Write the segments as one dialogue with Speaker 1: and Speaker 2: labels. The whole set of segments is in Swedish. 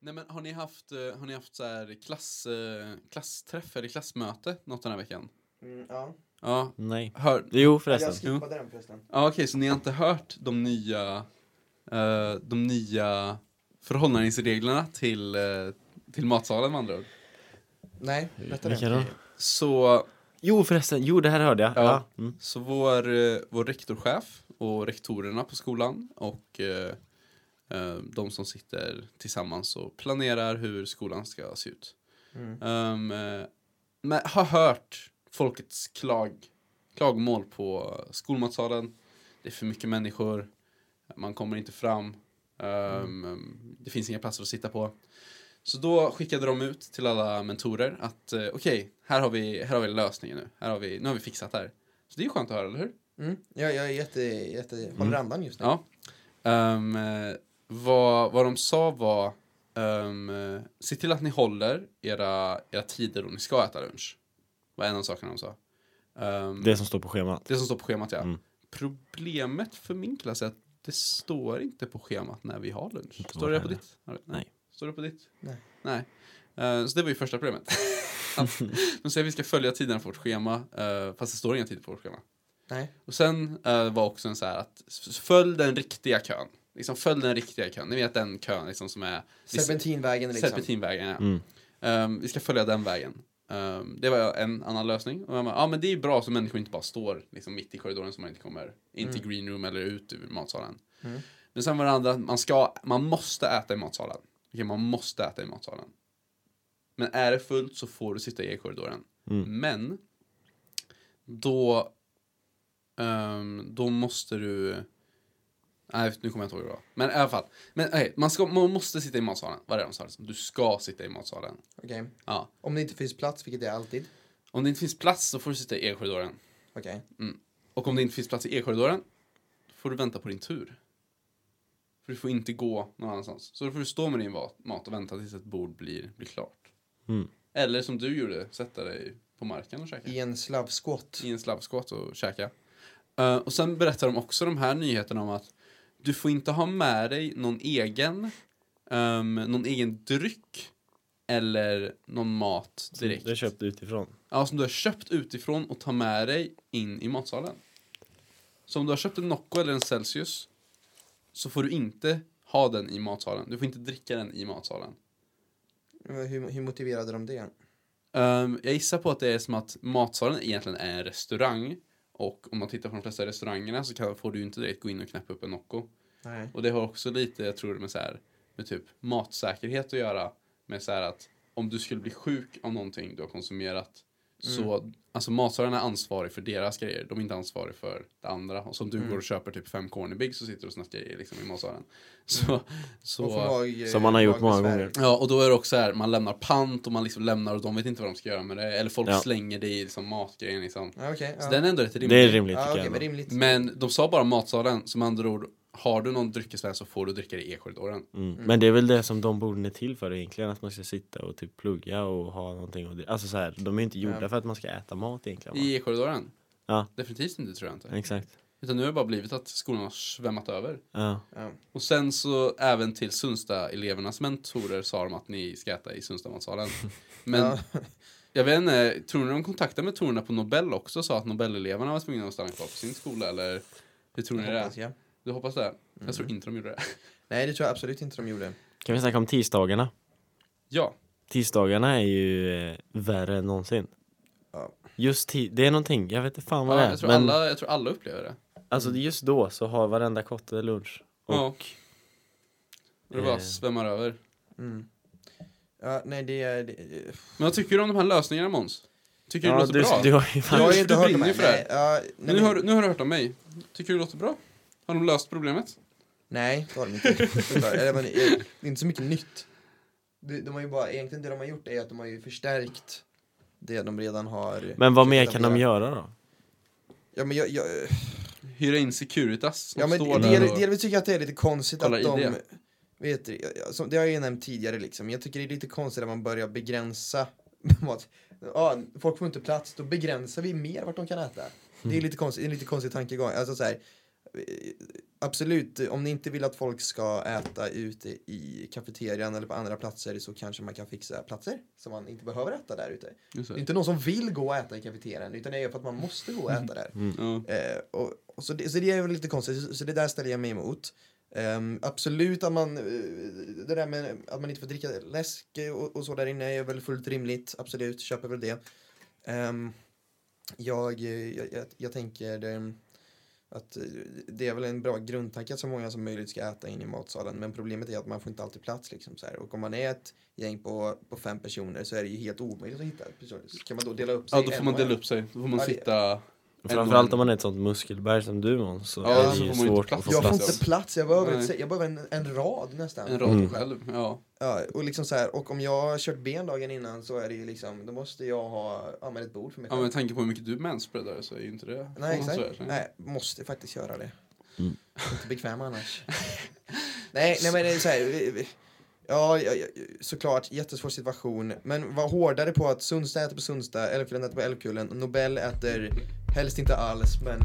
Speaker 1: Nej men har ni haft, eh, har ni haft så här klass, eh, klassträff eller klassmöte något den här veckan?
Speaker 2: Mm, ja.
Speaker 1: Ja,
Speaker 3: Nej.
Speaker 1: hör,
Speaker 3: Jo
Speaker 2: Jag
Speaker 3: förresten.
Speaker 2: skippade den förresten.
Speaker 1: ja okej så ni har inte hört de nya, eh, de nya förhållningsreglerna till, eh, till matsalen med andra ord?
Speaker 2: Nej, berätta
Speaker 3: Vilka
Speaker 2: den.
Speaker 3: då?
Speaker 1: Så
Speaker 3: Jo förresten, jo det här hörde jag.
Speaker 1: Ja.
Speaker 3: Ja. Mm.
Speaker 1: Så vår, eh, vår rektorchef och rektorerna på skolan och eh, eh, de som sitter tillsammans och planerar hur skolan ska se ut.
Speaker 2: Mm.
Speaker 1: Ehm, eh, men har hört folkets klag, klagomål på skolmatsalen. Det är för mycket människor. Man kommer inte fram. Ehm, Det finns inga platser att sitta på. Så då skickade de ut till alla mentorer att eh, okej, här har vi, här har vi lösningen nu. Här har vi, nu har vi fixat det här. Så det är ju skönt att höra, eller hur?
Speaker 2: Mm. Ja, jag är jätte, jätte, håller andan just nu.
Speaker 1: Ja. Ehm, eh, vad, vad de sa var ehm, eh, se till att ni håller era, era tider då ni ska äta lunch. var en av sakerna de sa. Ehm, det.
Speaker 3: Det som står på schemat.
Speaker 1: som står på schemat ja.
Speaker 3: Mm.
Speaker 1: Problemet för min klass är att det står inte på schemat när vi har lunch.
Speaker 3: Inte
Speaker 1: Står det
Speaker 3: vårt
Speaker 1: på
Speaker 3: heller.
Speaker 1: ditt? Har du-
Speaker 3: Nej.
Speaker 1: Står det på ditt?
Speaker 2: Nej.
Speaker 1: Nej. Eh, så det var ju första problemet. Att de säger att vi ska följa tiderna på vårt schema eh, fast det står inga tider på vårt schema.
Speaker 2: Nej.
Speaker 1: Och sen eh, var också en så här att s- följ den riktiga kön. Liksom följ den riktiga kön. Ni vet den kön liksom som är
Speaker 2: Serpentinvägen liksom.
Speaker 1: serpentinvägen. Ja.
Speaker 3: Mm.
Speaker 1: Ehm, vi ska följa den vägen. Ehm, det var en annan lösning. Och jag bara, ja men det är ju bra så människor inte bara står liksom mitt i korridoren så man inte kommer in till greenroom eller ut ur matsalen.
Speaker 2: Mm.
Speaker 1: Men sen var det andra att man ska, man måste äta i matsalen. Okej, man måste äta i matsalen. Men är det fullt så får du sitta i korridoren.
Speaker 3: Mm.
Speaker 1: Men då ehm, då måste du Nej, nu kommer jag inte ihåg det bra. Men i alla fall. Men nej, man, ska, man måste sitta i matsalen. Vad är det de sa? Liksom? Du ska sitta i matsalen.
Speaker 2: Okej.
Speaker 1: Ja.
Speaker 2: Om det inte finns plats, vilket det är alltid.
Speaker 1: Om det inte finns plats så får du sitta i e-korridoren.
Speaker 2: Okej.
Speaker 1: Och om det inte finns plats i e-korridoren får du vänta på din tur. För du får inte gå någon annanstans. Så då får du stå med din va- mat och vänta tills ett bord blir, blir klart.
Speaker 3: Mm.
Speaker 1: Eller som du gjorde, sätta dig på marken och käka.
Speaker 2: I en slavskott.
Speaker 1: i en slavskåt och käka. Eh, och sen berättar de också de här nyheterna om att du får inte ha med dig någon egen, ehm, någon egen dryck eller någon mat direkt.
Speaker 3: Det är köpt utifrån.
Speaker 1: Ja, som du har köpt utifrån och tar med dig in i matsalen. Så om du har köpt en Nocco eller en Celsius så får du inte ha den i matsalen. Du får inte dricka den i matsalen.
Speaker 2: Hur, hur motiverade de det?
Speaker 1: Ehm, jag gissar på att det är som att matsalen egentligen är en restaurang. Och om man tittar på de flesta restaurangerna så kan, får du ju inte direkt gå in och knäppa upp en Nocco.
Speaker 2: Nej.
Speaker 1: Och det har också lite, jag tror, med, så här, med typ matsäkerhet att göra. Med så här att om du skulle bli sjuk av någonting du har konsumerat. Så alltså matsalen är ansvarig för deras grejer. De är inte ansvariga för det andra. Och som du går och köper typ fem cornerbig så sitter du och snackar i, liksom, i matsalen. Så, så,
Speaker 2: Och får eh, mag-
Speaker 3: Som man har gjort många
Speaker 2: magbesvär.
Speaker 3: gånger.
Speaker 1: Ja, och då är det också här, man lämnar pant och man liksom lämnar och de vet inte vad de ska göra med det. Eller folk
Speaker 3: Ja.
Speaker 1: slänger det i liksom matgrejen liksom.
Speaker 2: Ja, okej.
Speaker 1: Så
Speaker 2: ja.
Speaker 1: den är ändå rätt rimlig.
Speaker 3: Det är rimligt
Speaker 2: Ja,
Speaker 3: tycker
Speaker 2: okej,
Speaker 3: jag.
Speaker 2: men
Speaker 3: ändå.
Speaker 2: rimligt.
Speaker 1: Men de sa bara matsalen, som andra ord, har du någon dryckesvän så får du dricka det i e-korridoren.
Speaker 3: Mm. Men det är väl det som de borden är till för egentligen, att man ska sitta och typ plugga och ha någonting och Alltså så här, de är ju inte gjorda
Speaker 2: Ja.
Speaker 3: för att man ska äta mat egentligen va?
Speaker 1: I e-korridoren?
Speaker 3: Ja.
Speaker 1: Definitivt inte tror jag inte.
Speaker 3: Exakt.
Speaker 1: Utan nu har det bara blivit att skolan har svämmat över.
Speaker 3: Ja.
Speaker 2: Ja.
Speaker 1: Och sen så även till Sundsta-elevernas mentorer sa de att ni ska äta i Sundsta-matsalen. Men
Speaker 2: Ja.
Speaker 1: jag vet inte, tror ni de kontaktade mentorerna på Nobel också och sa att Nobeleleverna var tvungna att stanna kvar på sin skola eller? Hur tror ni det? är?
Speaker 2: Hoppas jag.
Speaker 1: Du hoppas det? Jag
Speaker 3: Mm.
Speaker 1: tror inte de gjorde det.
Speaker 2: Nej, det tror jag absolut inte de gjorde.
Speaker 3: Kan vi snacka om tisdagarna?
Speaker 1: Ja.
Speaker 3: Tisdagarna är ju eh, värre än någonsin.
Speaker 2: Ja.
Speaker 3: Just ti- det är någonting, jag vet inte fan vad
Speaker 1: ja
Speaker 3: det är.
Speaker 1: jag, tror
Speaker 3: men
Speaker 1: alla, jag tror alla upplever det.
Speaker 3: alltså just då så har varenda kotte lunch. Och
Speaker 1: Ja. Och det bara
Speaker 3: Eh.
Speaker 1: svämmar över.
Speaker 2: Mm. Ja, nej, det är... Det,
Speaker 1: Men vad tycker du om de här lösningarna Måns? Tycker du det
Speaker 3: ja,
Speaker 1: låter
Speaker 3: du,
Speaker 1: bra?
Speaker 3: du har ju fan...
Speaker 1: Ja,
Speaker 2: jag har ju
Speaker 1: du
Speaker 2: inte hört om
Speaker 1: brinner ju
Speaker 2: det.
Speaker 1: för
Speaker 2: Nej, ja, nej,
Speaker 1: nu,
Speaker 2: men-
Speaker 1: har, du- nu har du hört om mig. Tycker du det låter bra? Har de löst problemet?
Speaker 2: Nej, det har de inte. Eller, men, eh, det är inte så mycket nytt. De, de har ju bara, egentligen det de har gjort är att de har ju förstärkt det de redan har.
Speaker 3: Men vad mer
Speaker 2: försökt
Speaker 3: kan de
Speaker 2: etablera.
Speaker 3: göra då?
Speaker 2: Ja, men jag, jag,
Speaker 1: Hyra in Securitas som
Speaker 2: ja, men
Speaker 1: står
Speaker 2: del,
Speaker 1: där och...
Speaker 2: delvis tycker jag att det är lite konstigt
Speaker 1: Kolla
Speaker 2: att de...
Speaker 1: idé.
Speaker 2: Vet, du, jag- jag- som, det har jag ju nämnt tidigare liksom. Jag tycker det är lite konstigt att man börjar begränsa mat. Ja, folk får
Speaker 1: Mm.
Speaker 2: inte plats, då begränsar vi mer vart de kan äta. Det är lite konstigt, det är en lite konstig tankegång. Alltså så här, eh, absolut, om ni inte vill att folk ska äta ute i kafeterian eller på andra platser så kanske man kan fixa platser som man inte behöver äta där ute.
Speaker 1: Just
Speaker 2: Det är
Speaker 3: Mm.
Speaker 1: det.
Speaker 2: inte någon som vill gå och äta i kafeterian utan det är för att man måste gå och
Speaker 1: Mm.
Speaker 2: äta där.
Speaker 1: Ja.
Speaker 2: Eh, och, och så, det, så det är väl lite konstigt, så, så det där ställer jag mig emot. Ehm, absolut att man, eh, det där med att man inte får dricka läsk och, och så där inne är väl fullt rimligt, absolut, köper väl det. Ehm, jag, eh, jag, jag, jag tänker eh, att eh, det är väl en bra grundtanke att så många som möjligt ska äta in i matsalen men problemet är att man får inte alltid plats liksom så här. och om man är ett gäng på, på fem personer så är det ju helt omöjligt att hitta personer. Så Kan man då dela upp sig?
Speaker 1: ja, då
Speaker 2: en
Speaker 1: får man
Speaker 2: och
Speaker 1: dela
Speaker 2: en?
Speaker 1: upp sig. Då får man
Speaker 2: Ja, det-
Speaker 1: sitta...
Speaker 3: Och Framförallt om man är ett sånt muskelberg som du Måns så
Speaker 1: Ja,
Speaker 3: är
Speaker 1: så
Speaker 3: det ju
Speaker 1: får man ju
Speaker 3: svårt
Speaker 1: inte
Speaker 3: att
Speaker 1: plats.
Speaker 3: få
Speaker 2: Jag får
Speaker 1: plats.
Speaker 2: inte plats, jag behöver,
Speaker 1: Nej.
Speaker 2: ett, se- jag behöver en, en rad nästan.
Speaker 1: En rad
Speaker 3: Mm.
Speaker 1: själv. Ja.
Speaker 2: Ja, och, liksom så här, och om jag har kört ben dagen innan så är det ju liksom, då måste jag ha ja, men ett bord för mig
Speaker 1: ja, men
Speaker 2: själv.
Speaker 1: med tanke på hur mycket du manspreadar så är ju inte det...
Speaker 2: Nej,
Speaker 1: så
Speaker 2: exakt.
Speaker 1: är det.
Speaker 2: Nej, måste faktiskt göra det.
Speaker 3: Mm.
Speaker 2: Inte bekväm annars. nej, nej, men det är så här. vi- vi- Ja, ja, ja, såklart, jättesvår situation. Men var hårdare på att Sundsta äter på Sundsta, Älvkullen äter på Älvkullen, Nobel äter helst inte alls, men...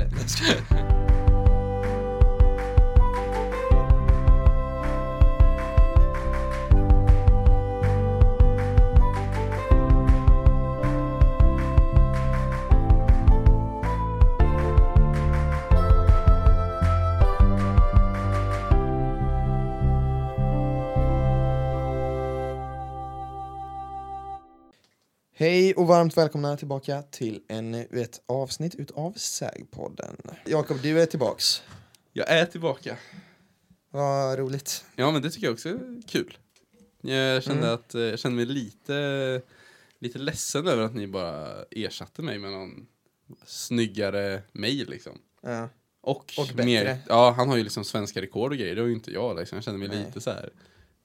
Speaker 2: Hej och varmt välkomna tillbaka till en, ett avsnitt utav Sägpodden. Jakob, du är tillbaks.
Speaker 1: Jag är tillbaka.
Speaker 2: Vad roligt.
Speaker 1: Ja, men det tycker jag också är kul. Jag kände,
Speaker 2: Mm.
Speaker 1: att, eh, jag kände mig lite, lite ledsen över att ni bara ersatte mig med någon snyggare mig liksom.
Speaker 2: Ja.
Speaker 1: Och,
Speaker 2: Och bättre.
Speaker 1: ja, han har ju liksom svenska rekord och grejer, det har ju inte jag liksom. Jag känner mig
Speaker 2: Nej. Mm.
Speaker 1: lite så här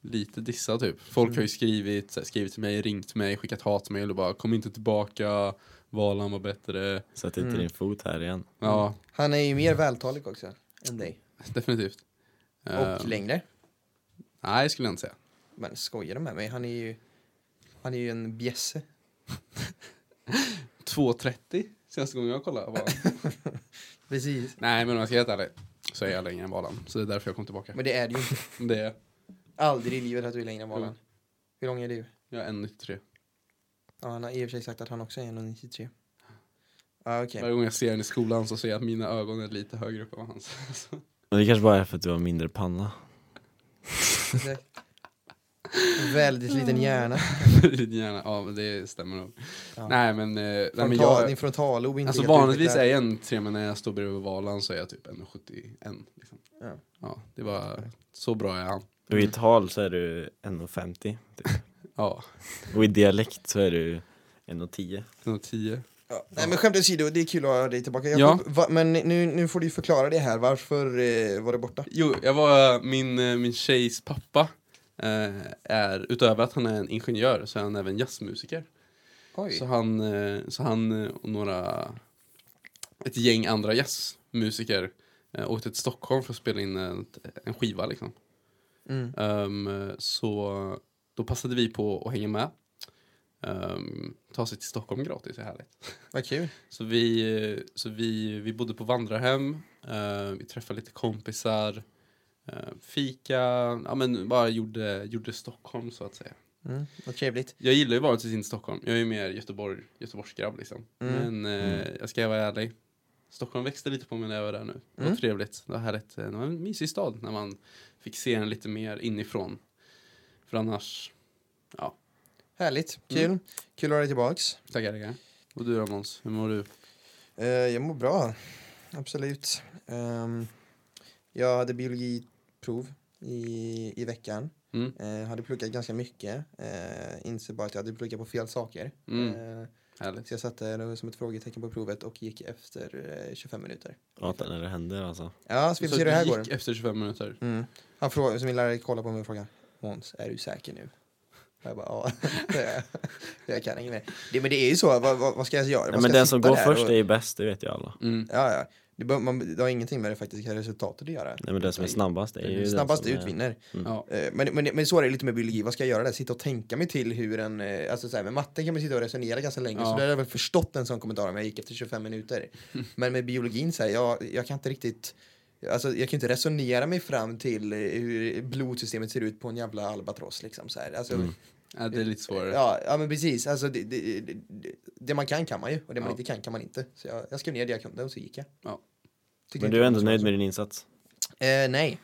Speaker 1: lite dissad typ. Folk har ju skrivit, så här, skrivit till mig, ringt mig, skickat hatmejl och bara kom inte tillbaka, Valan var bättre.
Speaker 3: Sätt inte
Speaker 2: Mm.
Speaker 3: din fot här igen
Speaker 1: Ja,
Speaker 2: Han är ju mer vältalig också än dig.
Speaker 1: definitivt.
Speaker 2: Mm. Och
Speaker 1: Eh,
Speaker 2: längre.
Speaker 1: nej, skulle jag inte säga.
Speaker 2: Men skojar du med mig? Han är ju, han är ju en bjässe.
Speaker 1: 2.30 senaste gången jag kollade. Var...
Speaker 2: Precis.
Speaker 1: nej, men om jag ska vara helt ärlig så är jag längre än Valan. Så det är därför jag kom tillbaka.
Speaker 2: Men det är det ju inte.
Speaker 1: Det är
Speaker 2: Aldrig i livet att du är längre än Valan.
Speaker 1: Mm.
Speaker 2: Hur lång är du?
Speaker 1: jag. är 1,93.
Speaker 2: Ja, han har i och för sig sagt att han också är 1,93. Ja, okej.
Speaker 1: Varje gång jag ser henne i skolan så ser jag att mina ögon är lite högre upp än hans. Så-
Speaker 3: Men det kanske bara är för att du har mindre panna
Speaker 2: Exakt. Väldigt liten hjärna.
Speaker 1: Lite gärna. Ja, men det stämmer nog.
Speaker 2: Ja.
Speaker 1: Nej, men, eh, nej, men
Speaker 2: Frontal,
Speaker 1: jag,
Speaker 2: din frontallob är inte
Speaker 1: alltså
Speaker 2: helt
Speaker 1: vanligtvis
Speaker 2: utvecklad.
Speaker 1: är jag 1,3 men när jag står bredvid Valan så är jag typ 1,71. Liksom.
Speaker 2: Ja.
Speaker 1: Ja, det var så bra är han.
Speaker 3: Och i tal så är du 1,50 typ.
Speaker 1: Ja,
Speaker 3: Och i dialekt så är du 1,10
Speaker 1: 1,10.
Speaker 2: Ja. Nej men skämt åsido, det är kul att ha dig tillbaka.
Speaker 1: Ja.
Speaker 2: Jakob, va, men nu, nu får du ju förklara det här, varför eh, var du borta?
Speaker 1: Jo, jag var min, eh, min tjejs pappa. eh, Är, utöver att han är en ingenjör så är han även jazzmusiker. Så han, eh, så han eh, och några, ett gäng andra jazzmusiker eh, åkte till Stockholm för att spela in ett, en skiva liksom.
Speaker 2: Mm.
Speaker 1: Ehm, så då passade vi på att hänga med. Ehm, ta sig till Stockholm gratis är härligt.
Speaker 2: Vad kul.
Speaker 1: Så vi, eh, så vi, vi bodde på vandrarhem, eh, vi träffade lite kompisar, eh, fika, ja men bara gjorde, gjorde Stockholm så att säga.
Speaker 2: Mm. Vad trevligt.
Speaker 1: Jag gillar ju vanligtvis inte Stockholm. Jag är ju mer Göteborg, Göteborgsgrabb liksom.
Speaker 2: Mm.
Speaker 1: Men eh, jag ska vara ärlig. Stockholm växte lite på mig när jag var där nu. Det var
Speaker 2: Mm.
Speaker 1: trevligt. Det var härligt. Det var en mysig stad när man fick se den lite mer inifrån. För annars,
Speaker 2: Härligt,
Speaker 1: Mm.
Speaker 2: kul. Kul att ha dig tillbaks.
Speaker 1: tackar tackar. Och du då Måns, hur mår du?
Speaker 2: Eh, jag mår bra, absolut. Ehm, jag hade biologiprov i, i veckan.
Speaker 1: Mm.
Speaker 2: Eh, hade pluggat ganska mycket. Uh, Insåg bara att jag hade pluggat på fel saker.
Speaker 1: Mm.
Speaker 2: Eh,
Speaker 1: Härligt.
Speaker 2: så jag satte det som ett frågetecken på provet och gick efter eh, 25 minuter.
Speaker 3: Prata när det händer alltså
Speaker 2: Ja, så vi
Speaker 1: Så
Speaker 2: får se hur det här
Speaker 1: gick
Speaker 2: går.
Speaker 1: efter 25 minuter.
Speaker 2: Mm. Han frågade, så min lärare kollade på mig och frågade Måns, är du säker nu? Och jag bara, ja. det är jag. jag kan inget mer. Det, men det är ju så, vad, vad, vad ska jag göra?
Speaker 3: Nej,
Speaker 2: Vad
Speaker 3: Men
Speaker 2: ska jag
Speaker 3: den som
Speaker 2: sitta
Speaker 3: går
Speaker 2: där
Speaker 3: först
Speaker 2: och-
Speaker 3: är ju bäst, det vet ju alla
Speaker 1: Mm.
Speaker 2: Ja, ja. Det, bör, man, det har ingenting med det faktiska resultatet att göra.
Speaker 3: Nej men den som är snabbast är ju den
Speaker 2: Snabbast
Speaker 3: som är-
Speaker 2: ut vinner.
Speaker 1: Ja.
Speaker 2: Eh, Men, men, men så är det lite med biologi, vad ska jag göra där? Sitta och tänka mig till hur en, eh, alltså så här, med matten kan man sitta och resonera ganska länge,
Speaker 1: Ja.
Speaker 2: så där hade jag väl förstått en sån kommentar om jag gick efter 25 minuter. Men med biologin så här, jag, jag kan inte riktigt Alltså, jag kan ju inte resonera mig fram till eh, hur blodsystemet ser ut på en jävla albatross. Liksom, så här. Alltså,
Speaker 1: Ja, det Mm, är lite svårare.
Speaker 2: ja, ja, men precis. Alltså, det, det, det, det man kan kan man ju och det man
Speaker 1: Ja.
Speaker 2: inte kan kan man inte. Så jag, jag skrev ner det jag kunde och så gick jag.
Speaker 1: Ja.
Speaker 2: Tyckte
Speaker 3: Men
Speaker 2: inte
Speaker 3: du är
Speaker 2: det
Speaker 3: ändå
Speaker 2: var så
Speaker 3: nöjd med din insats?
Speaker 2: Eh, nej,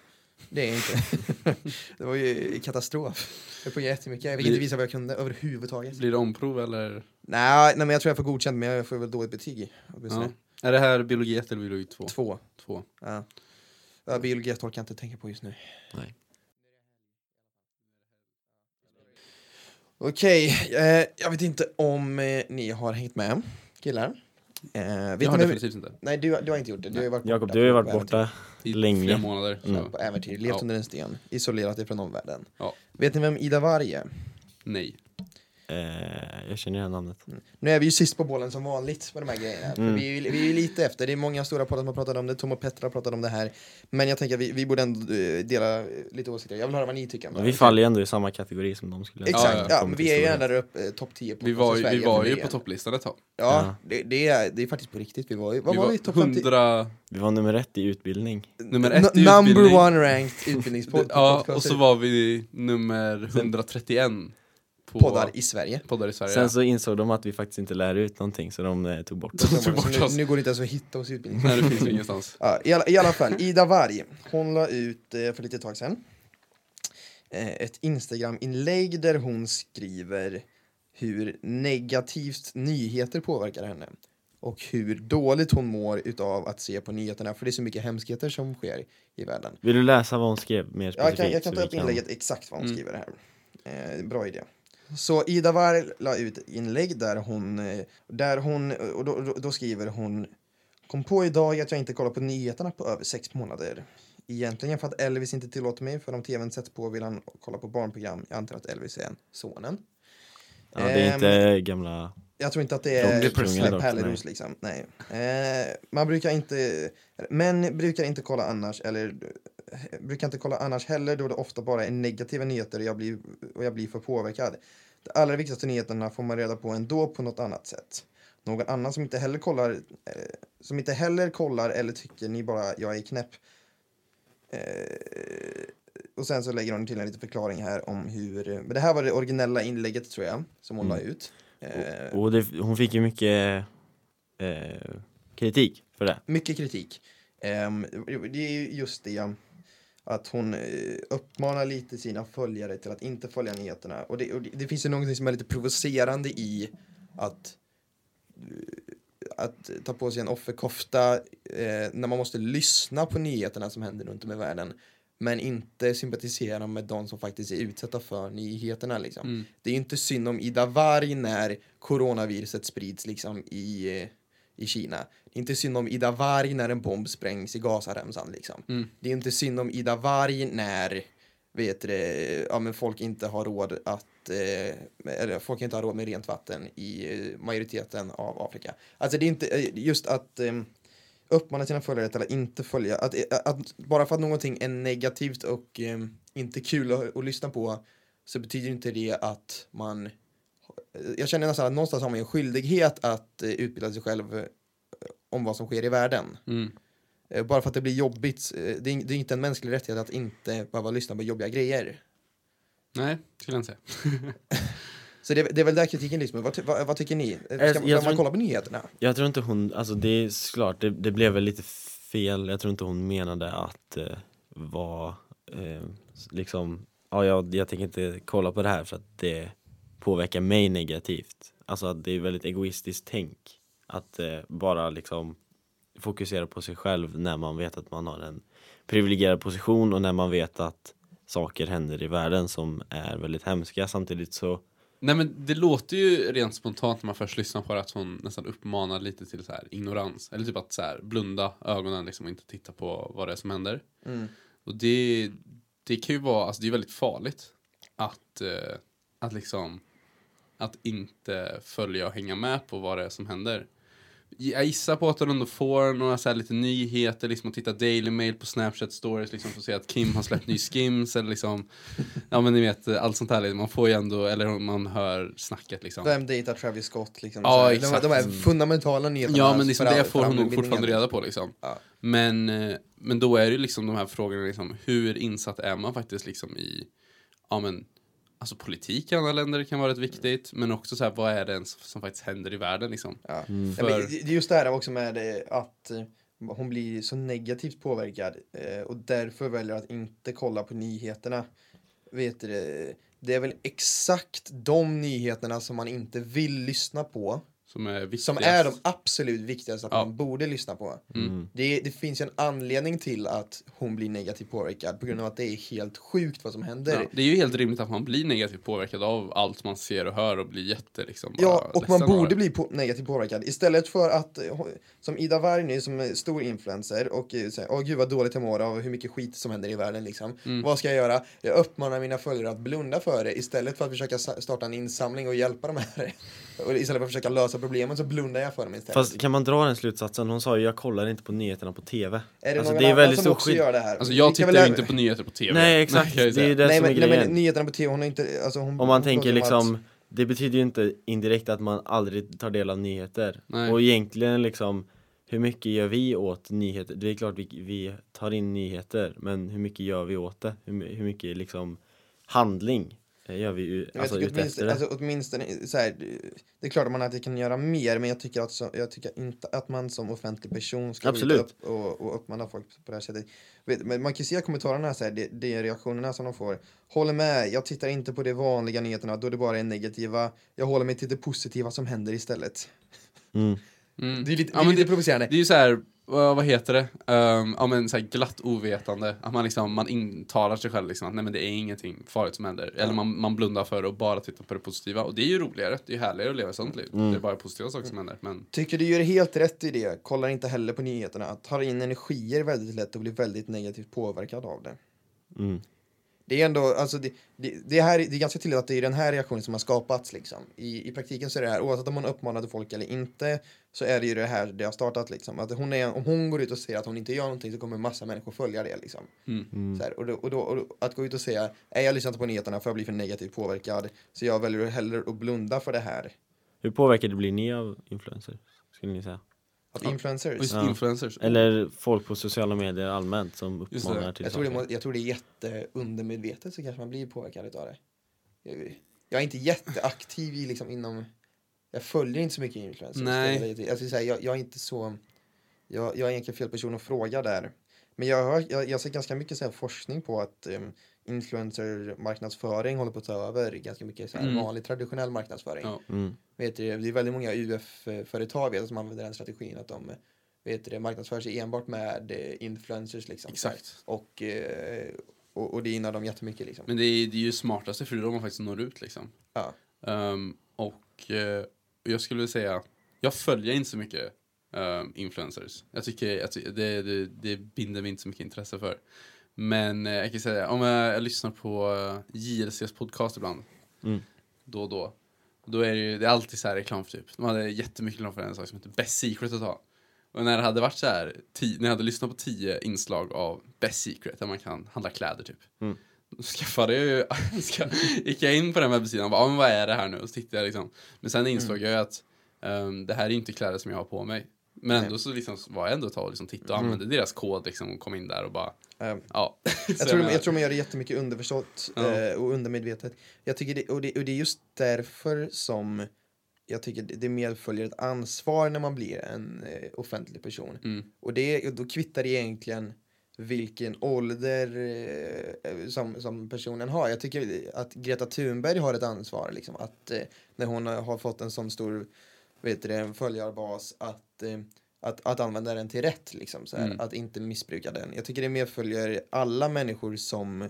Speaker 2: det är jag inte. det var ju katastrof. Jag får jättemycket. Jag fick inte visa vad jag kunde överhuvudtaget.
Speaker 1: Blir det omprov eller?
Speaker 2: Nej, nej men jag tror jag får godkänt men jag får väl dåligt betyg.
Speaker 1: Ja.
Speaker 2: Åtminstone.
Speaker 1: Är det här biologi 1 eller biologi 2?
Speaker 2: Två.
Speaker 1: 2.
Speaker 2: Ja. Ja, biologi jag orkar jag inte tänka på just nu.
Speaker 3: Nej.
Speaker 2: Okej, eh, jag vet inte om eh, ni har hängt med, killar. Eh,
Speaker 1: Jag
Speaker 2: vet
Speaker 1: har
Speaker 2: ni hur...
Speaker 1: definitivt inte.
Speaker 2: Nej, du, du har inte gjort det. Du har ju varit
Speaker 3: Jakob,
Speaker 2: borta
Speaker 3: du har ju
Speaker 2: på
Speaker 3: varit
Speaker 2: äventyr.
Speaker 3: borta.
Speaker 1: I
Speaker 3: Länge.
Speaker 1: flera månader. så-
Speaker 3: Mm.
Speaker 2: på äventyr, levt
Speaker 1: Ja.
Speaker 2: under en sten, isolerat ifrån omvärlden.
Speaker 1: Ja.
Speaker 2: Vet ni vem Ida Warg är?
Speaker 1: Nej.
Speaker 3: Eh, jag känner igen namnet.
Speaker 2: Nu är vi ju sist på bollen som vanligt med de här grejerna. För
Speaker 3: Mm.
Speaker 2: Vi, är ju, vi är ju lite efter, det är många stora poddar som har pratat om det, Tom och Petra har pratat om det här. Men jag tänker att vi, vi borde ändå eh, dela eh, lite åsikter, jag vill höra vad ni tycker om det.
Speaker 3: Vi
Speaker 2: här.
Speaker 3: faller ju ändå i samma kategori som de skulle.
Speaker 1: Ja,
Speaker 2: Exakt,
Speaker 1: ja,
Speaker 2: ja,
Speaker 1: ja.
Speaker 2: men vi är ju ända upp eh, topp 10 på
Speaker 1: Vi var, ju-
Speaker 2: Sverige
Speaker 1: vi var
Speaker 2: för
Speaker 1: ju
Speaker 2: det.
Speaker 1: på topplistan ett tag.
Speaker 2: Ja, det, det, är, det är faktiskt på riktigt. Vi var ju, vad
Speaker 1: vi
Speaker 2: var,
Speaker 1: var
Speaker 2: vi? Topp 50?
Speaker 1: 100,
Speaker 3: Vi var nummer ett i utbildning.
Speaker 1: nummer ett i
Speaker 2: N- number
Speaker 1: utbildning.
Speaker 2: one ranked utbildningspodd.
Speaker 1: Ja, och
Speaker 2: podcast-
Speaker 1: så var vi nummer 131 på
Speaker 2: poddar i Sverige.
Speaker 1: poddar i Sverige.
Speaker 3: Sen så insåg de att vi faktiskt inte lär ut någonting så de eh, tog bort
Speaker 1: De
Speaker 3: oss.
Speaker 1: tog bort
Speaker 2: Så
Speaker 1: oss.
Speaker 2: Alltså, nu, nu går det inte ens att hitta oss i utbildning.
Speaker 1: Nej, det finns ju ingenstans.
Speaker 2: Ja, i, alla, I alla fall, Ida Warg, hon la ut eh, för lite tag sedan eh, ett Instagram-inlägg där hon skriver hur negativt nyheter påverkar henne och hur dåligt hon mår utav att se på nyheterna för det är så mycket hemskheter som sker i världen.
Speaker 3: Vill du läsa vad hon skrev mer
Speaker 2: Ja,
Speaker 3: specifikt?
Speaker 2: jag kan, jag kan
Speaker 3: så
Speaker 2: ta
Speaker 3: vi
Speaker 2: upp inlägget exakt vad hon
Speaker 1: Mm.
Speaker 2: skriver här. Eh, bra idé. Så Ida Warg la ut ett inlägg där hon, eh, där hon och då, då, då skriver hon Kom på idag att jag inte kollar på nyheterna på över sex månader. Egentligen för att Elvis inte tillåter mig, för om tvn sätts på vill han kolla på barnprogram. Jag antar att Elvis är en sonen.
Speaker 3: Ja, det är
Speaker 2: Ehm,
Speaker 3: inte gamla...
Speaker 2: Jag tror inte att det
Speaker 3: Krånglig
Speaker 2: är
Speaker 3: person,
Speaker 2: Snäpp
Speaker 3: dock,
Speaker 2: Hallerus liksom. Nej. Eh, man brukar inte, män brukar inte kolla annars eller eh, brukar inte kolla annars heller då det ofta bara är negativa nyheter och jag blir, och jag blir för påverkad. De allra viktigaste nyheterna får man reda på ändå på något annat sätt. Någon annan som inte heller kollar, eh, som inte heller kollar eller tycker ni bara jag är knäpp. Eh, och sen så lägger hon till en liten förklaring här om hur, men det här var det originella inlägget tror jag som hon la ut. Eh,
Speaker 3: Och det, hon fick ju mycket eh, kritik för det.
Speaker 2: mycket kritik. Ehm, det är ju just det att hon eh, uppmanar lite sina följare till att inte följa nyheterna. Och det, och det, det finns ju någonting som är lite provocerande i att eh, att ta på sig en offerkofta eh, när man måste lyssna på nyheterna som händer runt om i världen men inte sympatisera med de som faktiskt är utsatta för nyheterna liksom.
Speaker 1: Mm.
Speaker 2: Det är ju inte synd om Ida Warg när coronaviruset sprids liksom i, eh, i Kina. Det är inte synd om Ida Warg när en bomb sprängs i Gazaremsan liksom.
Speaker 1: Mm.
Speaker 2: Det är inte synd om Ida Warg när vet du, det, ja, men folk inte har råd att eh, eller folk inte har råd med rent vatten i eh, majoriteten av Afrika. Alltså det är inte eh, just att eh, uppmana sina följare till att inte följa, att, eh, att bara för att någonting är negativt och eh, inte kul att, att lyssna på så betyder inte det att man eh, jag känner nästan att någonstans har man ju en skyldighet att eh, utbilda sig själv eh, om vad som sker i världen.
Speaker 1: Mm.
Speaker 2: Eh, Bara för att det blir jobbigt, eh, det är, det är inte en mänsklig rättighet att inte behöva lyssna på jobbiga grejer.
Speaker 1: Nej, skulle jag inte säga.
Speaker 2: Så det, det är väl där kritiken liksom, vad, ty- vad, vad tycker ni? Eh,
Speaker 3: jag
Speaker 2: Ska,
Speaker 3: tror
Speaker 2: ska man
Speaker 3: inte-
Speaker 2: kolla på nyheterna?
Speaker 3: Jag tror inte hon, alltså det är såklart, det, det blev väl lite fel. Jag tror inte hon menade att eh, vara eh, liksom, ja jag, jag tänker inte kolla på det här för att det påverkar mig negativt. Alltså att det är väldigt egoistiskt tänk. Att eh, bara liksom fokusera på sig själv när man vet att man har en privilegierad position och när man vet att saker händer i världen som är väldigt hemska samtidigt så
Speaker 1: Nej men det låter ju rent spontant när man först lyssnar på det att hon nästan uppmanar lite till så här ignorans. Eller typ att så här blunda ögonen liksom och inte titta på vad det är som händer.
Speaker 2: Mm.
Speaker 1: Och det, det kan ju vara, alltså det är väldigt farligt att, eh, att liksom att inte följa och hänga med på vad det är som händer. Jag gissar på att hon ändå får några så här lite nyheter, liksom att titta Daily Mail på Snapchat stories, liksom för att se att Kim har släppt ny skims eller liksom, ja men ni vet allt sånt här, liksom. man får ju ändå, eller man hör snacket liksom.
Speaker 2: Vem dejtar Travis Scott liksom?
Speaker 1: Ja,
Speaker 2: Så här,
Speaker 1: exakt.
Speaker 2: De, de här fundamentala nyheterna.
Speaker 1: Ja men liksom
Speaker 2: för-
Speaker 1: det
Speaker 2: för
Speaker 1: får hon nog
Speaker 2: allmänbildningen.
Speaker 1: fortfarande reda på liksom.
Speaker 2: Ja.
Speaker 1: Men, eh, men då är det ju liksom de här frågorna liksom, hur insatt är man faktiskt liksom i, ja men, alltså politik i andra länder kan vara rätt viktigt, men också så här, vad är det ens som faktiskt händer i världen liksom?
Speaker 2: Ja.
Speaker 1: Mm.
Speaker 2: Nej, men
Speaker 1: För-
Speaker 2: det det är just det här också med eh, att eh, hon blir så negativt påverkad eh, och därför väljer att inte kolla på nyheterna. Vet du, det? det är väl exakt de nyheterna som man inte vill lyssna på
Speaker 1: Som är viktigast.
Speaker 2: som är de absolut viktigaste att
Speaker 1: Ja.
Speaker 2: man borde lyssna på.
Speaker 1: Mm.
Speaker 2: Det, det finns ju en anledning till att hon blir negativt påverkad på grund av att det är helt sjukt vad som händer.
Speaker 1: Ja, det är ju helt rimligt att man blir negativt påverkad av allt man ser och hör och blir jätte liksom
Speaker 2: Ja,
Speaker 1: bara
Speaker 2: och man
Speaker 1: ledsen av
Speaker 2: borde
Speaker 1: det.
Speaker 2: bli på, negativt påverkad. Istället för att, eh, hon- som Ida Warg nu som är stor influencer och eh, säger åh gud vad dåligt jag mår av hur mycket skit som händer i världen liksom.
Speaker 1: Mm.
Speaker 2: Vad ska jag göra? Jag uppmanar mina följare att blunda för det istället för att försöka sa- starta en insamling och hjälpa de här. Och istället för att försöka lösa problemen så blundar jag för dem istället.
Speaker 3: Fast kan man dra den slutsatsen? Hon sa ju jag kollar inte på nyheterna på TV.
Speaker 2: är det
Speaker 3: alltså,
Speaker 2: någon
Speaker 3: det är
Speaker 2: annan
Speaker 3: väldigt
Speaker 2: som
Speaker 3: stor
Speaker 2: också
Speaker 3: skill-
Speaker 2: gör det här?
Speaker 1: Alltså
Speaker 2: Vi kan
Speaker 1: jag tittar
Speaker 2: väl
Speaker 1: ju
Speaker 2: även-
Speaker 1: inte på nyheter på TV.
Speaker 3: Nej exakt,
Speaker 1: kan jag ju
Speaker 3: det är ju
Speaker 1: säga.
Speaker 3: det
Speaker 2: Nej
Speaker 3: som
Speaker 2: men,
Speaker 3: är
Speaker 2: nej
Speaker 3: grejen.
Speaker 2: men nyheterna på tv, hon har inte, alltså hon
Speaker 3: Om man
Speaker 2: pratar
Speaker 3: tänker
Speaker 2: om att-
Speaker 3: liksom, det betyder ju inte indirekt att man aldrig tar del av nyheter.
Speaker 1: Nej.
Speaker 3: Och egentligen liksom, hur mycket gör vi åt nyheter? Det är klart vi, vi tar in nyheter, men hur mycket gör vi åt det? Hur, my- hur mycket liksom handling eh, gör vi ju,
Speaker 2: Men
Speaker 3: alltså,
Speaker 2: jag
Speaker 3: ute
Speaker 2: tycker
Speaker 3: efter
Speaker 2: åtminstone,
Speaker 3: det?
Speaker 2: alltså, åtminstone så här, det är klart att man alltid kan göra mer men jag tycker, att så, jag tycker inte att man som offentlig person ska gå ut
Speaker 3: Absolut.
Speaker 2: upp och, och uppmana folk på det här sättet. Vet- Men man kan ju se i kommentarerna, så här, det, det är reaktionerna som de får. Håller med, jag tittar inte på de vanliga nyheterna då det bara är negativa. Jag håller mig till det positiva som händer istället.
Speaker 3: mm.
Speaker 1: Mm.
Speaker 2: Det är lite,
Speaker 1: Ja,
Speaker 2: det är
Speaker 1: men
Speaker 2: lite
Speaker 1: det-
Speaker 2: provocerande.
Speaker 1: Det är ju så här, vad vad heter det? Ehm, ja men så här glatt ovetande. Att man liksom, man intalar sig själv liksom att nej men det är ingenting farligt som händer. Eller man, man blundar för det och bara tittar på det positiva. Och det är ju roligare, det är ju härligare att leva ett sånt liv.
Speaker 2: Mm.
Speaker 1: Det är bara positiva saker som händer. Men
Speaker 2: Tycker du gör helt rätt i det. Kollar inte heller på nyheterna. Tar in energier väldigt lätt och blir väldigt negativt påverkad av det.
Speaker 3: Mm.
Speaker 2: Det är ändå, alltså det, det, det, här, det är ganska tydligt att det är den här reaktionen som har skapats liksom. I, I praktiken så är det här, oavsett om hon uppmanade folk eller inte, så är det ju det här det har startat liksom. Att hon är, om hon går ut och säger att hon inte gör någonting så kommer massa människor följa det liksom.
Speaker 1: Mm.
Speaker 2: Så här, och, då, och, då, och då, att gå ut och säga, nej jag lyssnar inte på nyheterna för jag blir för negativt påverkad, så jag väljer hellre att blunda för det här.
Speaker 3: Hur påverkade blir ni av influencers? Skulle ni säga?
Speaker 2: Att
Speaker 1: Ja.
Speaker 2: influencers.
Speaker 1: just
Speaker 3: Ja.
Speaker 1: influencers.
Speaker 3: Eller folk på sociala medier allmänt som
Speaker 1: Just det.
Speaker 3: uppmanar till
Speaker 2: Jag tror, det,
Speaker 3: saker.
Speaker 2: må- jag tror det är jätteundermedvetet så kanske man blir påverkad utav det. Jag, jag är inte jätteaktiv i liksom inom, jag följer inte så mycket influencers.
Speaker 1: Nej.
Speaker 2: Jag, jag, skulle säga, jag, jag är inte så, jag, jag är egentligen fel person att fråga där. Men jag, hör, jag, jag ser ganska mycket så här forskning på att um, influencermarknadsföring håller på att ta över ganska mycket så här
Speaker 1: Mm.
Speaker 2: vanlig traditionell marknadsföring.
Speaker 1: Ja.
Speaker 3: Mm.
Speaker 2: Vet du, det är väldigt många UF-företag vet, jag, som använder den strategin att de vet du, marknadsför sig enbart med eh, influencers. Liksom,
Speaker 1: Exakt.
Speaker 2: och, eh, och, och det gynnar dem jättemycket. Liksom.
Speaker 1: Men det är, det är ju smartaste för det är då man faktiskt når ut liksom.
Speaker 2: Ja.
Speaker 1: Ehm, och eh, jag skulle vilja säga, jag följer inte så mycket ehm, influencers. Jag tycker att det, det, det binder mig inte så mycket intresse för. Men eh, jag kan säga, om jag, jag lyssnar på eh, JLCs podcast ibland,
Speaker 3: Mm.
Speaker 1: då och då, då är det ju det är alltid så här reklam för typ, de hade jättemycket reklam för en sak som heter Best Secret att ha. Och när det hade varit så här, ti, när jag hade lyssnat på tio inslag av Best Secret, där man kan handla kläder typ.
Speaker 3: Mm.
Speaker 1: Då skaffade jag ju, ska, gick jag in på den webbsidan och bara, "Ah, men vad är det här nu? Och så tittade jag liksom. Men sen
Speaker 3: Mm.
Speaker 1: insåg jag ju att ehm, det här är ju inte kläder som jag har på mig. Men ändå så liksom var jag ändå ett tag och liksom tittade
Speaker 3: Mm.
Speaker 1: och använde deras kod liksom och kom in där och bara,
Speaker 2: Ehm,
Speaker 1: ja.
Speaker 2: jag, tror, jag tror man gör det jättemycket underförstått
Speaker 1: Ja.
Speaker 2: eh, och undermedvetet. Jag tycker det, och, det, och det är just därför som jag tycker det det medföljer ett ansvar när man blir en eh, offentlig person.
Speaker 1: Mm.
Speaker 2: Och det, då kvittar det egentligen vilken ålder eh, som, som personen har. Jag tycker att Greta Thunberg har ett ansvar. Liksom, att eh, När hon har fått en sån stor vet du, det, följarbas att, eh, att, att använda den till rätt. Liksom, så här,
Speaker 1: Mm.
Speaker 2: Att inte missbruka den. Jag tycker det medföljer alla människor som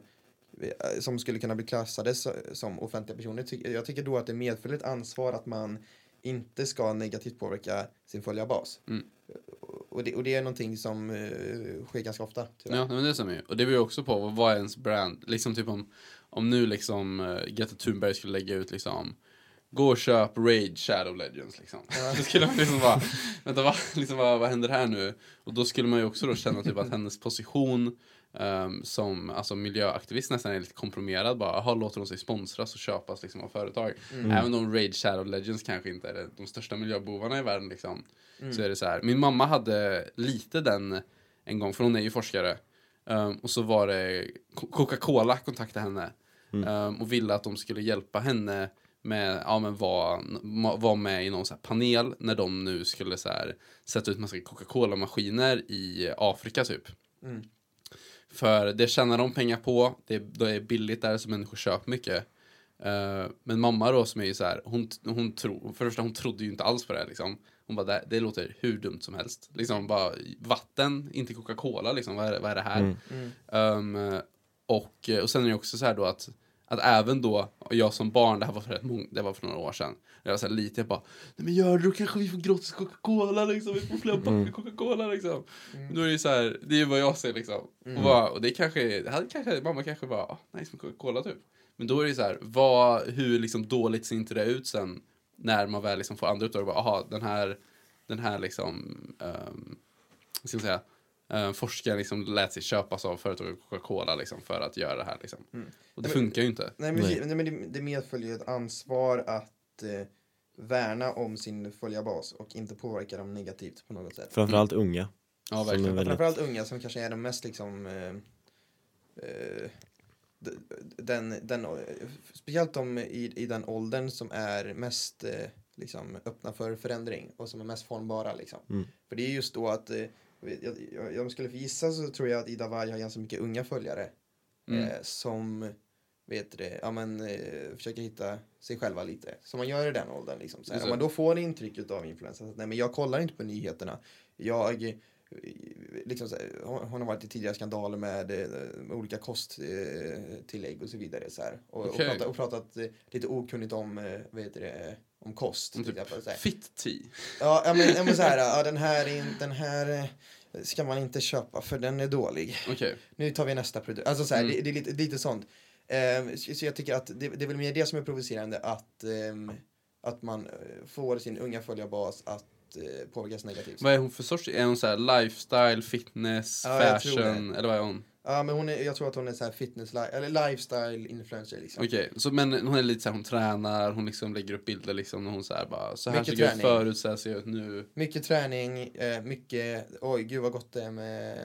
Speaker 2: eh, som skulle kunna bli klassade så- som offentliga personer. Ty- Jag tycker då att det medföljer ett ansvar att man inte ska negativt påverka sin följarbas.
Speaker 1: Mm.
Speaker 2: Och det, och det är någonting som eh, sker ganska ofta. tyvärr.
Speaker 1: Ja, nej, men det stämmer ju. Och det beror ju också på vad- vad är ens brand. Liksom typ om, om nu liksom eh, Greta Thunberg skulle lägga ut liksom Gå och köp Raid Shadow Legends liksom. Då skulle man liksom bara, vänta vad, liksom, vad, vad händer här nu? Och då skulle man ju också då känna typ att hennes position ehm, som alltså, miljöaktivist nästan är lite komprimerad bara. Jaha, låter de sig sponsras och köpas liksom av företag? Även om Raid Shadow Legends kanske inte är de största miljöbovarna i världen liksom. Så är det så här. Min mamma hade lite den en gång, för hon är ju forskare. Ehm, och så var det Co- Coca-Cola kontaktade henne ehm, och ville att de skulle hjälpa henne med, ja men vara var med i någon så här panel när de nu skulle så här sätta ut massa Coca-Cola-maskiner i Afrika typ.
Speaker 2: Mm.
Speaker 1: För det tjänar de pengar på, det, det är billigt där så människor köper mycket. Eh, men mamma då som är ju så här, hon, hon tror, för det första hon trodde ju inte alls på det här liksom. Hon bara, det, det låter hur dumt som helst. Liksom bara, vatten, inte Coca-Cola liksom, vad är, det- vad är det här? Ehm, och, och sen är det också så här då att, att även då, och jag som barn, det här var för, rätt mång- det var för några år sedan, när jag var så här liten, jag bara, nej men gör det, då kanske vi får gratis Coca-Cola liksom, vi får flera backar Coca-Cola liksom.
Speaker 2: Mm.
Speaker 1: Då är det ju så här, det är ju vad jag ser liksom. Och, bara, och det kanske, det hade kanske, mamma kanske bara, ah, nice med Coca-Cola typ. Men då är det ju så här, vad, hur liksom dåligt ser inte det ut sen när man väl liksom får andra uppdrag, bara, aha, den här, den här liksom, ehm, vad ska man säga, eh, forskaren liksom lät sig köpas av företaget Coca-Cola liksom för att göra det här liksom.
Speaker 2: Mm.
Speaker 1: Och det
Speaker 2: Men-
Speaker 1: funkar ju inte.
Speaker 2: Nej, men,
Speaker 3: Nej.
Speaker 2: precis. Nej, men det, det medföljer ju ett ansvar att eh, värna om sin följarbas och inte påverka dem negativt på något sätt.
Speaker 3: Framförallt unga.
Speaker 1: Ja,
Speaker 3: som är
Speaker 1: verkligen.
Speaker 3: väldigt-
Speaker 2: Framförallt unga som kanske är de mest liksom eh, eh, d- den, den, eh, speciellt de i, i den åldern som är mest eh, liksom, öppna för förändring och som är mest formbara. Liksom.
Speaker 3: Mm.
Speaker 2: För det är just då att, eh, jag, jag, om jag skulle få gissa så tror jag att Ida Warg har ganska mycket unga följare
Speaker 1: Mm.
Speaker 2: eh, som vet det, ja, men, eh, försöker hitta sig själva lite. Som man gör i den åldern. Liksom, så här.
Speaker 1: Just
Speaker 2: Om
Speaker 1: det.
Speaker 2: man då får intrycket av influensen att nej, men jag kollar inte på nyheterna. Jag, eh, liksom, så här, hon hon har varit i tidigare skandaler med, eh, med olika kosttillägg och så vidare. Så här. Och,
Speaker 1: Okej.
Speaker 2: och, pratat, och pratat eh, lite okunnigt om, eh, vad heter det, om kost.
Speaker 1: Om
Speaker 2: till
Speaker 1: typ
Speaker 2: exempel, så här.
Speaker 1: Fit tea.
Speaker 2: Ja, ja, men, ja, men så här, ja, den här, är in- den här eh, ska man inte köpa för den är dålig
Speaker 1: Okej.
Speaker 2: nu tar vi nästa produkt. Alltså så här,
Speaker 1: Mm.
Speaker 2: det, det är lite, lite sånt. Ehm, så, så jag tycker att det, det är väl mer det som är provocerande att, ehm, att man eh, får sin unga följarbas att eh, påverkas negativt.
Speaker 1: Vad är hon för sorts? Är hon så här lifestyle, fitness,
Speaker 2: Ja, jag tror
Speaker 1: fashion? Eller vad är hon?
Speaker 2: Ja, men hon är, jag tror att hon är så här fitness, li- eller lifestyle influencer liksom.
Speaker 1: Okej, så, men hon är lite så här, hon tränar, hon liksom lägger upp bilder liksom när hon så här bara, så här
Speaker 2: Mycket
Speaker 1: såg jag ut
Speaker 2: träning.
Speaker 1: förut, så här ser jag ut nu.
Speaker 2: Mycket träning, eh, mycket, oj gud vad gott det är med,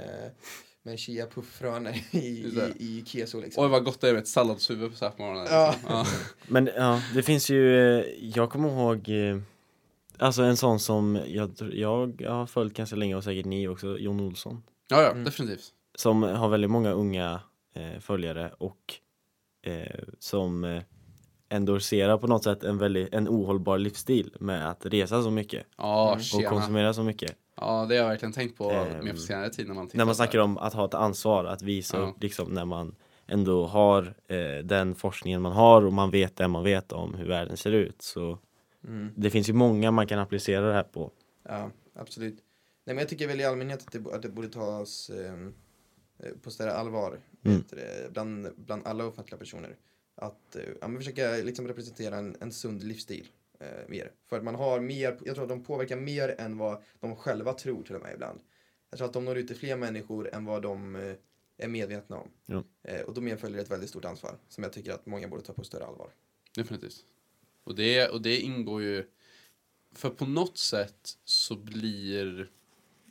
Speaker 2: med chia puffrön i,
Speaker 1: Just det.
Speaker 2: i, i keso liksom.
Speaker 1: Oj vad gott det är med ett salladshuvud på så här på morgonen.
Speaker 2: Ja.
Speaker 1: Liksom. Ja.
Speaker 3: Men ja, det finns ju, eh, jag kommer ihåg eh, Alltså en sån som jag, tr- jag har följt ganska länge och säkert ni också, Jon Olsson
Speaker 1: ja,
Speaker 2: Mm.
Speaker 1: ja, definitivt.
Speaker 3: Som har väldigt många unga eh, följare och eh, som eh, endorserar på något sätt en, väldigt, en ohållbar livsstil med att resa så mycket
Speaker 1: Ja,
Speaker 3: Mm. och
Speaker 1: tjena.
Speaker 3: konsumera så mycket.
Speaker 1: Ja, det har jag verkligen tänkt på
Speaker 3: Ehm,
Speaker 1: mer på senare tid när man tittar
Speaker 3: När man
Speaker 1: på det typ här.
Speaker 3: snackar om att ha ett ansvar, att visa
Speaker 1: Ja.
Speaker 3: upp liksom när man ändå har eh, den forskningen man har och man vet det man vet om hur världen ser ut. Så
Speaker 2: Mm.
Speaker 3: det finns ju många man kan applicera det här på.
Speaker 2: Ja, absolut. Nej, men jag tycker väl i allmänhet att det, bo- att det borde tas ehm, eh, på större allvar
Speaker 3: Mm.
Speaker 2: vet du det, bland, bland alla offentliga personer. Att eh, ja, men försöka liksom representera en, en sund livsstil eh, mer. För att man har mer, jag tror att de påverkar mer än vad de själva tror till och med ibland. Jag tror att de når ut till fler människor än vad de eh, är medvetna om.
Speaker 3: Ja.
Speaker 2: Eh, och då medföljer ett väldigt stort ansvar som jag tycker att många borde ta på större allvar.
Speaker 1: Definitivt. Och det, och det ingår ju... För på något sätt så blir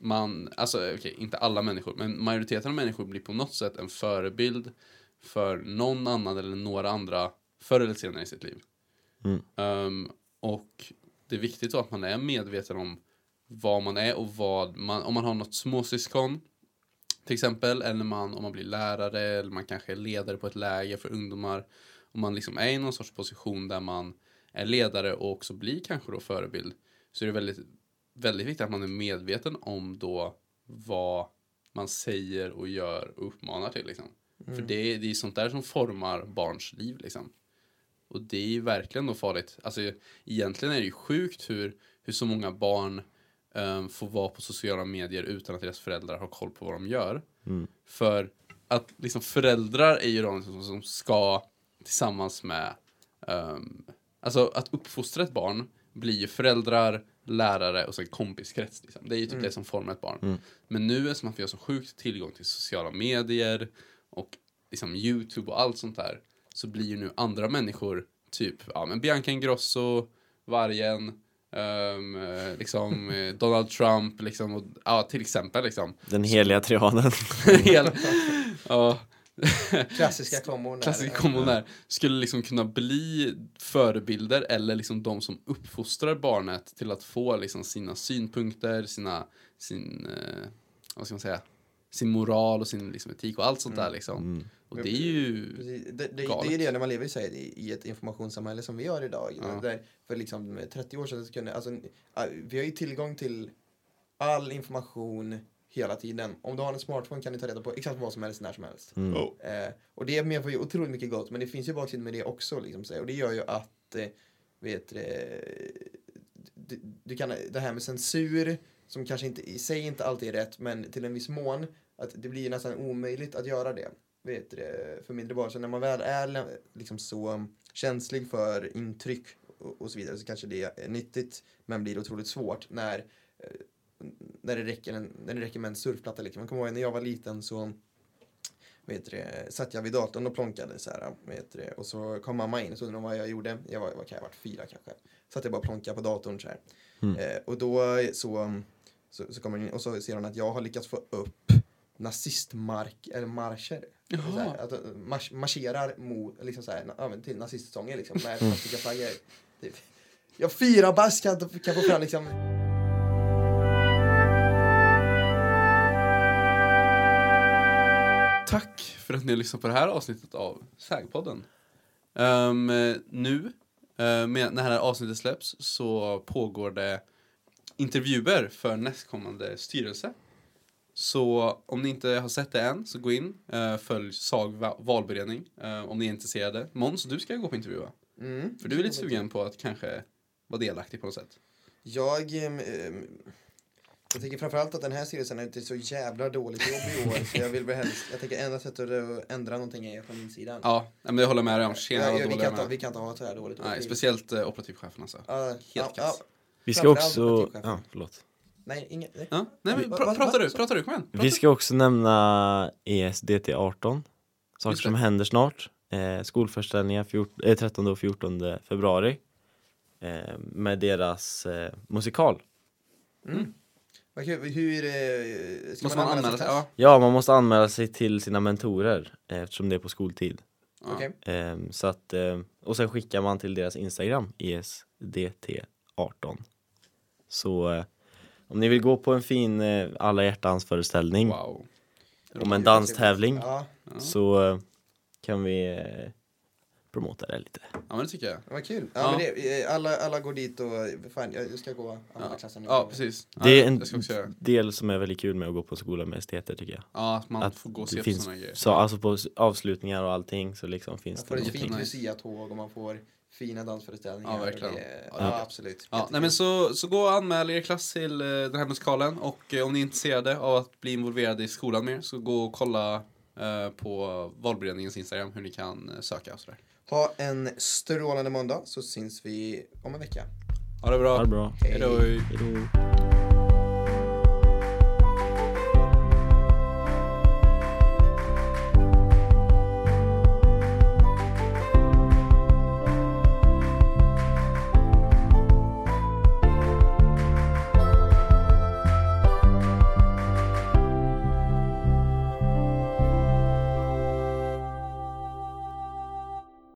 Speaker 1: man... Alltså, okej, inte alla människor, men majoriteten av människor blir på något sätt en förebild för någon annan eller några andra förr eller senare i sitt liv.
Speaker 3: Mm.
Speaker 1: Ehm, och det är viktigt då att man är medveten om vad man är och vad man... Om man har något småsyskon till exempel, eller man, om man blir lärare eller man kanske är ledare på ett läger för ungdomar om man liksom är i någon sorts position där man är ledare och också blir kanske då förebild så är det väldigt, väldigt viktigt att man är medveten om då vad man säger och gör och uppmanar till liksom. För det, är- det är sånt där som formar barns liv liksom. Och det är ju verkligen då farligt. Alltså egentligen är det ju sjukt hur, hur så många barn ehm, får vara på sociala medier utan att deras föräldrar har koll på vad de gör. För att liksom föräldrar är ju de som, som ska tillsammans med ehm, Alltså att uppfostra ett barn blir ju föräldrar, lärare och sen kompiskrets. Liksom. Det är ju typ det som formar ett barn. Men nu eftersom att vi har så sjukt tillgång till sociala medier och liksom Youtube och allt sånt där så blir ju nu andra människor typ ja, men Bianca Ingrosso, Vargen, ehm, eh, liksom, eh, Donald Trump liksom, och, ja, till exempel. Liksom.
Speaker 3: Den heliga triaden.
Speaker 1: Hel, ja,
Speaker 2: Klassiska kombon. där.
Speaker 1: klassisk kombon där skulle liksom kunna bli förebilder eller liksom de som uppfostrar barnet till att få liksom sina synpunkter, sina, sin, eh, vad ska man säga, sin moral och sin liksom etik och allt sånt där liksom. Och det är ju,
Speaker 2: Precis. Det, det, det är ju
Speaker 1: Galet.
Speaker 2: det när man lever i, så här, i i ett informationssamhälle som vi gör idag.
Speaker 1: Ja.
Speaker 2: Där för liksom 30 år sedan så kunde, alltså, ah, vi har ju tillgång till all information hela tiden. Om du har en smartphone kan du ta reda på exakt vad som helst när som helst. Eh, och det medför ju otroligt mycket gott, men det finns ju baksidor med det också. Liksom, så här. och det gör ju att, eh, vet eh, du, du kan, det här med censur, som kanske inte, i sig inte alltid är rätt, men till en viss mån, att det blir ju nästan omöjligt att göra det. Vet du, för mindre barn. Så när man väl är lä- liksom så känslig för intryck och, och så vidare så kanske det är nyttigt, men blir otroligt svårt när, eh, när, det, räcker en, när det räcker med en surfplatta. Liksom. Jag kommer ihåg när jag var liten så vet du, det, satt jag vid datorn och plonkade så här, vet du, det, och så kom mamma in och så undrade hon vad jag gjorde. Jag var, vad kan jag ha varit, fyra kanske. Satt jag bara och plonkade på datorn så här. Eh, och då så, så, så kommer hon in och så ser hon att jag har lyckats få upp nazistmark, eller marscher.
Speaker 1: Jaha.
Speaker 2: Så här, att eh, mars, marscherar mot, liksom så här, na- ja, men till nazistsånger liksom, med plastikflaggor. Typ. Jag fyra bast kan, inte- kan få fram liksom
Speaker 1: tack för att ni har lyssnat på det här avsnittet av Sägpodden. Ehm, eh, nu, eh, med, när det här avsnittet släpps, så pågår det intervjuer för nästkommande styrelse. Så om ni inte har sett det än, så gå in, eh, följ SAG va- valberedning eh, om ni är intresserade. Måns, du ska gå på intervju va?
Speaker 2: Mm.
Speaker 1: För du är lite sugen på att kanske vara delaktig på något sätt.
Speaker 2: Jag, ehm, ehm, jag tänker framförallt att den här styrelsen har gjort ett så jävla dåligt jobb i år så jag vill väl helst, jag tänker enda sättet att ändra någonting är från min sida.
Speaker 1: Ja, nej, men jag håller med dig om. Tjena
Speaker 2: Ja,
Speaker 1: vad
Speaker 2: ja, vi,
Speaker 1: dåliga
Speaker 2: kan
Speaker 1: de
Speaker 2: inte,
Speaker 1: är.
Speaker 2: vi kan inte ha ett så här dåligt
Speaker 1: Nej, speciellt eh, operativchefen alltså.
Speaker 2: Ja, ja, ja.
Speaker 1: kass.
Speaker 3: Vi ska
Speaker 2: Framförallt
Speaker 3: också,
Speaker 2: butikschefen.
Speaker 3: ja förlåt.
Speaker 2: Nej, inget. Nej.
Speaker 1: Ja, nej men
Speaker 2: Va-
Speaker 1: pra-
Speaker 2: va-
Speaker 1: pratar
Speaker 2: va-
Speaker 1: du, pratar du, kom igen.
Speaker 3: Vi ska också nämna E ESDT 18. Saker
Speaker 1: Just det.
Speaker 3: som händer snart. Eh, skolföreställningar fjort- eh, 13 och 14 februari. Eh, med deras eh, musikal.
Speaker 2: Vad kul, hur... eh, Ska
Speaker 1: Måste man anmäla
Speaker 2: till
Speaker 1: sig?
Speaker 2: klass?
Speaker 1: Ja.
Speaker 3: Ja, man måste anmäla sig till sina mentorer eh, eftersom det är på skoltid.
Speaker 1: Ja.
Speaker 2: Okej.
Speaker 3: Ehm, så att, ehm, och sen skickar man till deras Instagram, E ESDT18. Så eh, om ni vill gå på en fin eh, alla hjärtans föreställning
Speaker 1: Wow.
Speaker 3: om en danstävling
Speaker 2: Ja,
Speaker 3: Mm. så eh, kan vi eh, promota det lite.
Speaker 1: Ja men det tycker jag.
Speaker 2: vad kul. Ja,
Speaker 1: Ja.
Speaker 2: Men det, eh, alla, alla går dit och... Fan, jag ska gå andra
Speaker 1: Ja,
Speaker 2: klassen nu.
Speaker 1: ja precis. Ja,
Speaker 3: Det är en
Speaker 1: Jag ska också göra.
Speaker 3: del som är väldigt kul med att gå på en skola med esteter tycker jag.
Speaker 1: Ja, att man
Speaker 3: Att
Speaker 1: får gå och
Speaker 3: det
Speaker 1: se på
Speaker 3: finns,
Speaker 1: såna grejer.
Speaker 3: så, alltså på s- avslutningar och allting så liksom finns
Speaker 2: Man får
Speaker 3: det
Speaker 2: ett
Speaker 1: någonting.
Speaker 2: fint
Speaker 1: Nej.
Speaker 2: Lucia-tåg och man får fina dansföreställningar.
Speaker 1: Ja, verkligen.
Speaker 2: och det-
Speaker 1: Ja.
Speaker 2: Ja, absolut.
Speaker 1: Ja, nej men så, så gå och anmäl er klass till eh, den här musikalen och eh, om ni är intresserade av att bli involverade i skolan mer så gå och kolla eh, på valberedningens Instagram hur ni kan eh, söka och sådär.
Speaker 2: Ha en strålande måndag så syns vi om en vecka.
Speaker 1: Ha det
Speaker 3: Ha
Speaker 1: bra.
Speaker 3: det bra.
Speaker 1: Hej då.
Speaker 3: Hejdå.